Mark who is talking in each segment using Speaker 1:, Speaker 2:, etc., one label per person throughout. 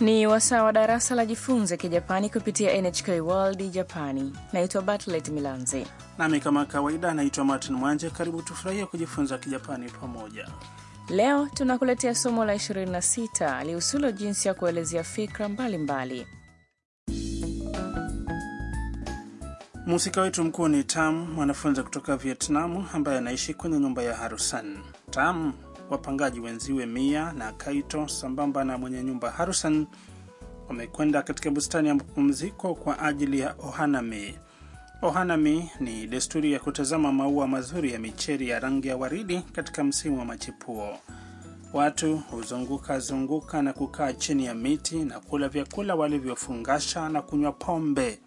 Speaker 1: Ni wasaa wa darasa la Jifunze Kijapani kupitia NHK World Japani. Naitwa Bartlet Milanzi.
Speaker 2: Nami kama kawaida anaitwa Martin Mwanje. Karibu tufurahia kujifunza Kijapani pamoja.
Speaker 1: Leo tunakuletea somo la 26 lihusulo jinsi ya kuelezea fikra mbalimbali.
Speaker 2: Mhusika wetu mkuu ni Tam, mwanafunzi kutoka Vietnamu ambaye anaishi kwenye nyumba ya Harusan. Tam, wapangaji wenziwe Mia na Kaito sambamba na mwenye nyumba Harusan wamekwenda katika bustani ya mapumziko kwa ajili ya ohanami. Ohanami ni desturi ya kutazama maua mazuri ya micheri ya rangi ya waridi katika msimu wa machipuo. Watu huzunguka zunguka na kukaa chini ya miti na kula vyakula walivyofungasha na kunywa pombe.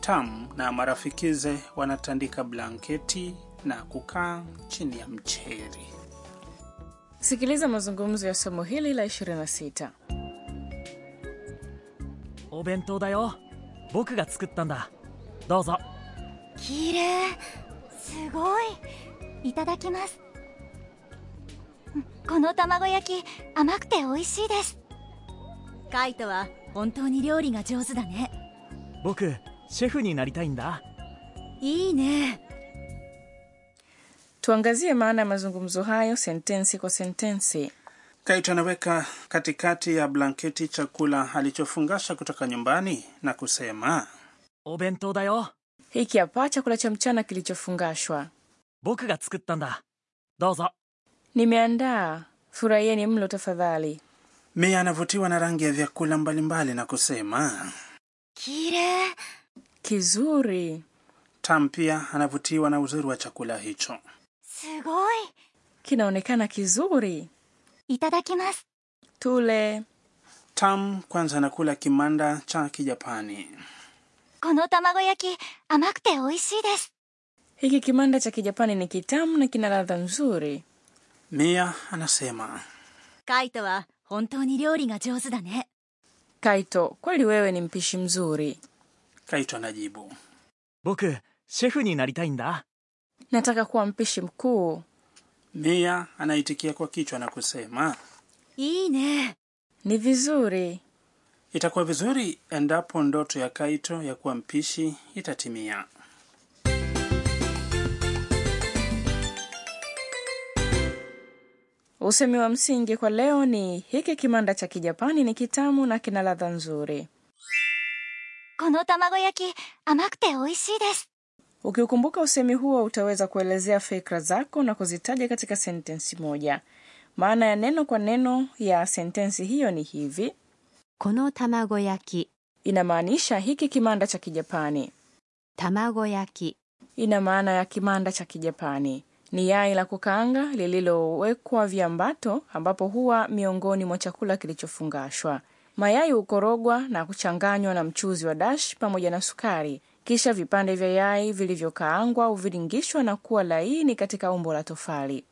Speaker 2: Tam na marafikize wanatandika blanketi na kukaa chini ya mcheri.
Speaker 1: Sikiliza mazungumzo ya somo hili la 26.
Speaker 3: お弁当だよ僕が作ったんだどうぞ
Speaker 4: 綺麗すごいいただきますこの卵焼き甘くて美味しいですカイトは本当に料理が上手だね
Speaker 3: 僕シェフになりたいんだ
Speaker 4: いいね
Speaker 1: Tuangazie maana ya mazungumzo hayo sentensi kwa sentensi.
Speaker 2: Kaito anaweka katikati ya blanketi chakula alichofungasha kutoka nyumbani na kusema
Speaker 3: お弁当だよ
Speaker 1: Hiki hapa chakula cha mchana kilichofungashwa.
Speaker 3: 僕が作ったんだどうぞ
Speaker 1: Nimeandaa, furahieni mlo tafadhali.
Speaker 2: Mia anavutiwa na rangi ya vyakula mbalimbali na kusema.
Speaker 4: 綺麗
Speaker 1: Kizuri.
Speaker 2: Tam pia anavutiwa na uzuri wa chakula hicho.
Speaker 4: すごい
Speaker 1: Kinaonekana kizuri.
Speaker 4: いただきます
Speaker 1: Tule.
Speaker 2: Tam kwanza anakula kimanda cha Kijapani.
Speaker 4: この卵焼き甘くて美味しいです
Speaker 1: Hiki kimanda cha Kijapani ni kitamu na kina ladha nzuri.
Speaker 2: Mia anasema.
Speaker 4: カイトは本当に料理が上手だね
Speaker 1: Kaito, kweli wewe ni mpishi mzuri.
Speaker 2: Kaito anajibu.
Speaker 3: 僕シェフになりたいんだ
Speaker 1: Nataka kuwa mpishi mkuu.
Speaker 2: Mia anaitikia kwa kichwa na kusema,
Speaker 4: いいね
Speaker 1: Ni vizuri.
Speaker 2: itakuwa vizuri endapo ndoto ya Kaito ya kuwa mpishi itatimia.
Speaker 1: Usemi wa msingi kwa leo ni hiki kimanda cha Kijapani ni kitamu na kina ladha nzuri.
Speaker 4: この卵焼き甘くて美味しいです
Speaker 1: Ukiukumbuka usemi huo utaweza kuelezea fikra zako na kuzitaja katika sentensi moja. Maana ya neno kwa neno ya sentensi hiyo ni hivi.
Speaker 5: この卵焼き、
Speaker 1: Inamaanisha hiki kimanda cha Kijapani.
Speaker 5: 卵焼き、
Speaker 1: Ina maana ya kimanda cha Kijapani. Ni yai la kukaanga lililowekwa viambato ambapo huwa miongoni mwa chakula kilichofungashwa. Mayai hukorogwa na kuchanganywa na mchuzi wa dash pamoja na sukari. Kisha vipande vya yai vilivyokaangwa huviringishwa na kuwa laini katika umbo la tofali.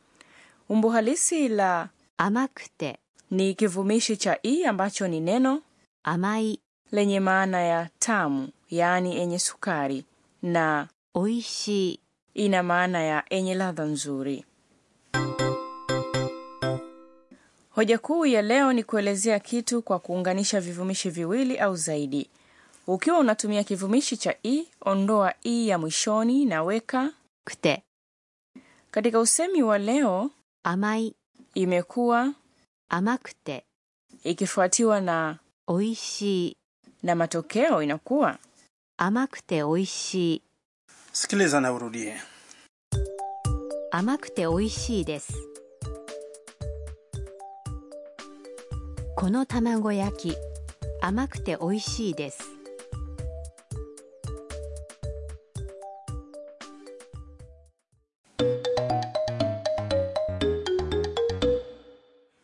Speaker 1: Umbo halisi la
Speaker 5: 甘くて、
Speaker 1: ni kivumishi cha i ambacho ni neno
Speaker 5: 甘い、
Speaker 1: lenye maana ya tamu, yaani yenye sukari na
Speaker 5: 美味しい。
Speaker 1: ina maana ya yenye ladha nzuri. Hoja kuu ya leo ni kuelezea kitu kwa kuunganisha vivumishi viwili au zaidi. Ukiwa unatumia kivumishi cha i, ondoa i ya mwishoni na weka.
Speaker 5: くて、
Speaker 1: Katika usemi wa leo
Speaker 5: 甘い、
Speaker 1: imekuwa
Speaker 5: 甘くて、
Speaker 1: ikifuatiwa na
Speaker 5: 美味しい。
Speaker 1: na matokeo inakuwa
Speaker 5: 甘くて美味しい。
Speaker 2: Sikiliza na urudie.
Speaker 5: 甘くて美味しいです。この卵焼き、甘くて美味しいです。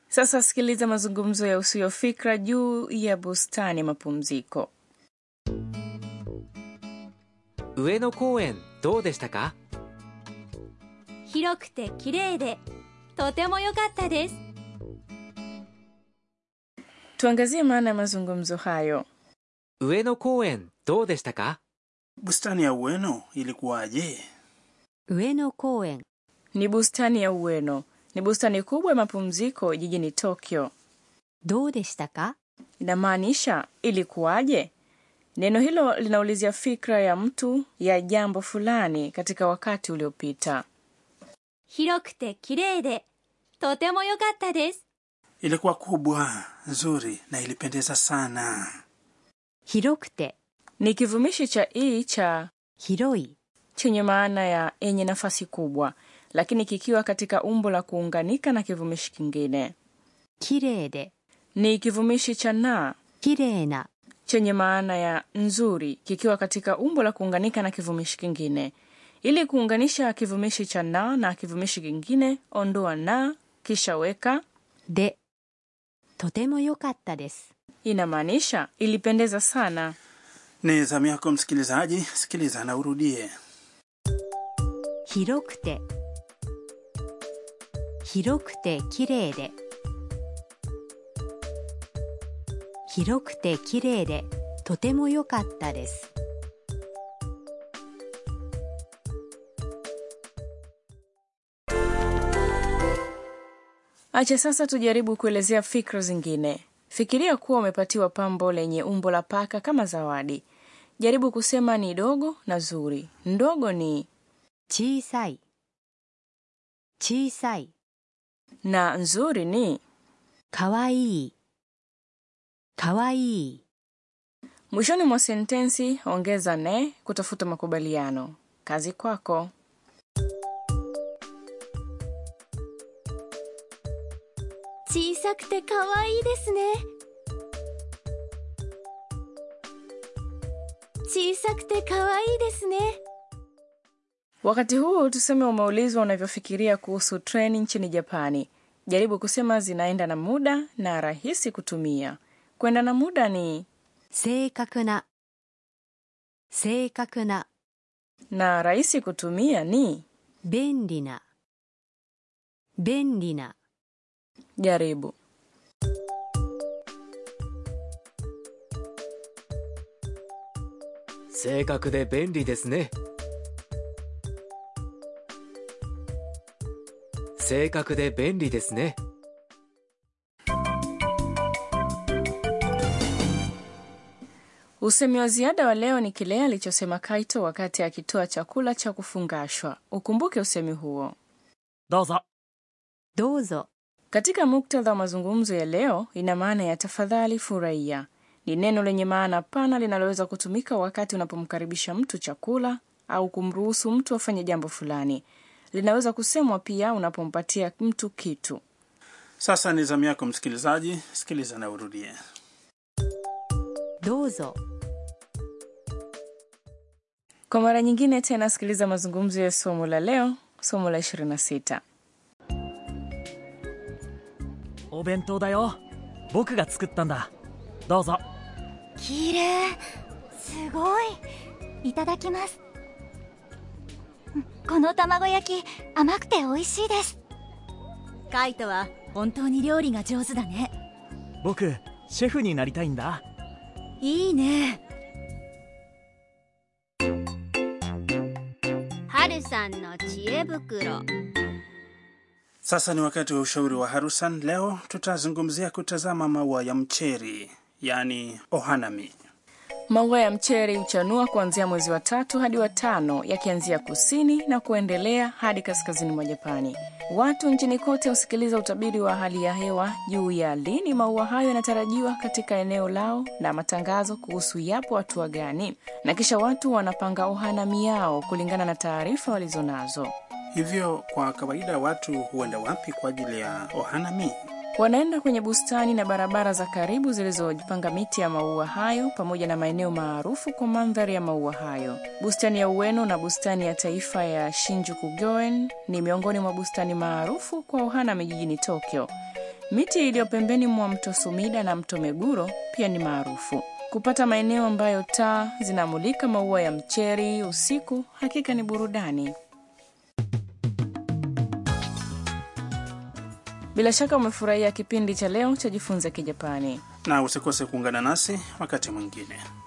Speaker 1: Sasa sikiliza mazungumzo ya Usiyo Fikra juu ya bustani ya mapumziko.
Speaker 6: 上野公園どうでしたか
Speaker 4: 広くて綺麗でとても良かったです
Speaker 1: Tuangazie maana ya mazungumzo hayo.
Speaker 6: 上野公園どうでしたか
Speaker 2: Bustani ya Ueno ilikuwaje?
Speaker 5: 上野公園、
Speaker 1: Ni bustani ya Ueno. Ni bustani kubwa ya mapumziko jijini Tokyo.
Speaker 5: どうでしたか
Speaker 1: inamaanisha ilikuwaje. Neno hilo linaulizia fikra ya mtu ya jambo fulani katika wakati uliopita.
Speaker 4: 広くて綺麗でとても良かったです
Speaker 2: Ilikuwa kubwa, nzuri na ilipendeza sana.
Speaker 5: 広くて、
Speaker 1: Ni kivumishi cha i cha
Speaker 5: 広い、
Speaker 1: chenye maana ya yenye nafasi kubwa, lakini kikiwa katika umbo la kuunganika na kivumishi kingine.
Speaker 5: 綺麗で、
Speaker 1: Ni kivumishi cha na
Speaker 5: 綺麗な、
Speaker 1: chenye maana ya nzuri kikiwa katika umbo la kuunganika na kivumishi kingine. Ili kuunganisha kivumishi cha na na kivumishi kingine, ondoa na kisha weka,
Speaker 5: で、とても良かったです。
Speaker 1: inamaanisha ilipendeza sana.
Speaker 2: Ni zamu yako msikilizaji, sikiliza na urudie.
Speaker 5: 広くて、広くて綺麗で、広くて綺麗で、とても良かったです。
Speaker 1: Acha sasa tujaribu kuelezea fikra zingine. Fikiria kuwa umepatiwa pambo lenye umbo la paka kama zawadi. Jaribu kusema ni dogo na zuri. Ndogo ni
Speaker 5: 小さい小さい
Speaker 1: na nzuri ni.
Speaker 5: かわいいかわいい
Speaker 1: Mwishoni mwa sentensi ongeza ne kutafuta makubaliano. Kazi kwako. Wakati huu tuseme umeulizwa unavyofikiria kuhusu treni nchini Japani. Jaribu kusema zinaenda na muda na rahisi kutumia. Kwenda na muda ni
Speaker 5: 正確な正確な
Speaker 1: na rahisi kutumia ni.
Speaker 5: 便利な便利な
Speaker 1: Jaribu
Speaker 6: 正確で便利ですね正確で便利ですね
Speaker 1: Usemi wa ziada wa leo ni kile alichosema Kaito wakati akitoa chakula cha kufungashwa. Ukumbuke usemi huo.
Speaker 3: どうぞ
Speaker 5: どうぞ
Speaker 1: Katika muktadha wa mazungumzo ya leo, ina maana ya tafadhali, furahia. Ni neno lenye maana pana linaloweza kutumika wakati unapomkaribisha mtu chakula au kumruhusu mtu afanye jambo fulani. Linaweza kusemwa pia unapompatia mtu kitu.
Speaker 2: Sasa ni zamu yako msikilizaji, sikiliza na urudie.
Speaker 5: どうぞ
Speaker 1: Kwa mara nyingine tena, sikiliza mazungumzo ya somo la leo, somo la 26.
Speaker 3: お弁当だよ僕が作ったんだどうぞ
Speaker 4: 綺麗すごいいただきますうんこの卵焼き甘くて美味しいですカイトは本当に料理が上手だね
Speaker 3: 僕シェフになりたいんだ
Speaker 4: いいね
Speaker 7: はるさんの知恵袋
Speaker 2: Sasa ni wakati wa ushauri wa Harusan. Leo tutazungumzia kutazama maua ya mcheri, yaani ohanami.
Speaker 1: Maua ya mcheri huchanua kuanzia mwezi wa tatu hadi wa tano, yakianzia kusini na kuendelea hadi kaskazini mwa Japani. Watu nchini kote husikiliza utabiri wa hali ya hewa juu ya lini maua hayo yanatarajiwa katika eneo lao na matangazo kuhusu yapo hatua gani, na kisha watu wanapanga ohanami yao kulingana na taarifa walizonazo.
Speaker 2: Hivyo kwa kawaida watu huenda wapi kwa ajili ya ohanami?
Speaker 1: Wanaenda kwenye bustani na barabara za karibu zilizojipanga miti ya maua hayo pamoja na maeneo maarufu kwa mandhari ya maua hayo. Bustani ya Ueno na bustani ya taifa ya Shinjuku Goen ni miongoni mwa bustani maarufu kwa ohanami jijini Tokyo. Miti iliyo pembeni mwa mto Sumida na mto Meguro pia ni maarufu. Kupata maeneo ambayo taa zinamulika maua ya mcheri usiku hakika ni burudani. Bila shaka umefurahia kipindi cha leo cha Jifunze Kijapani.
Speaker 2: Na usikose kuungana nasi wakati mwingine.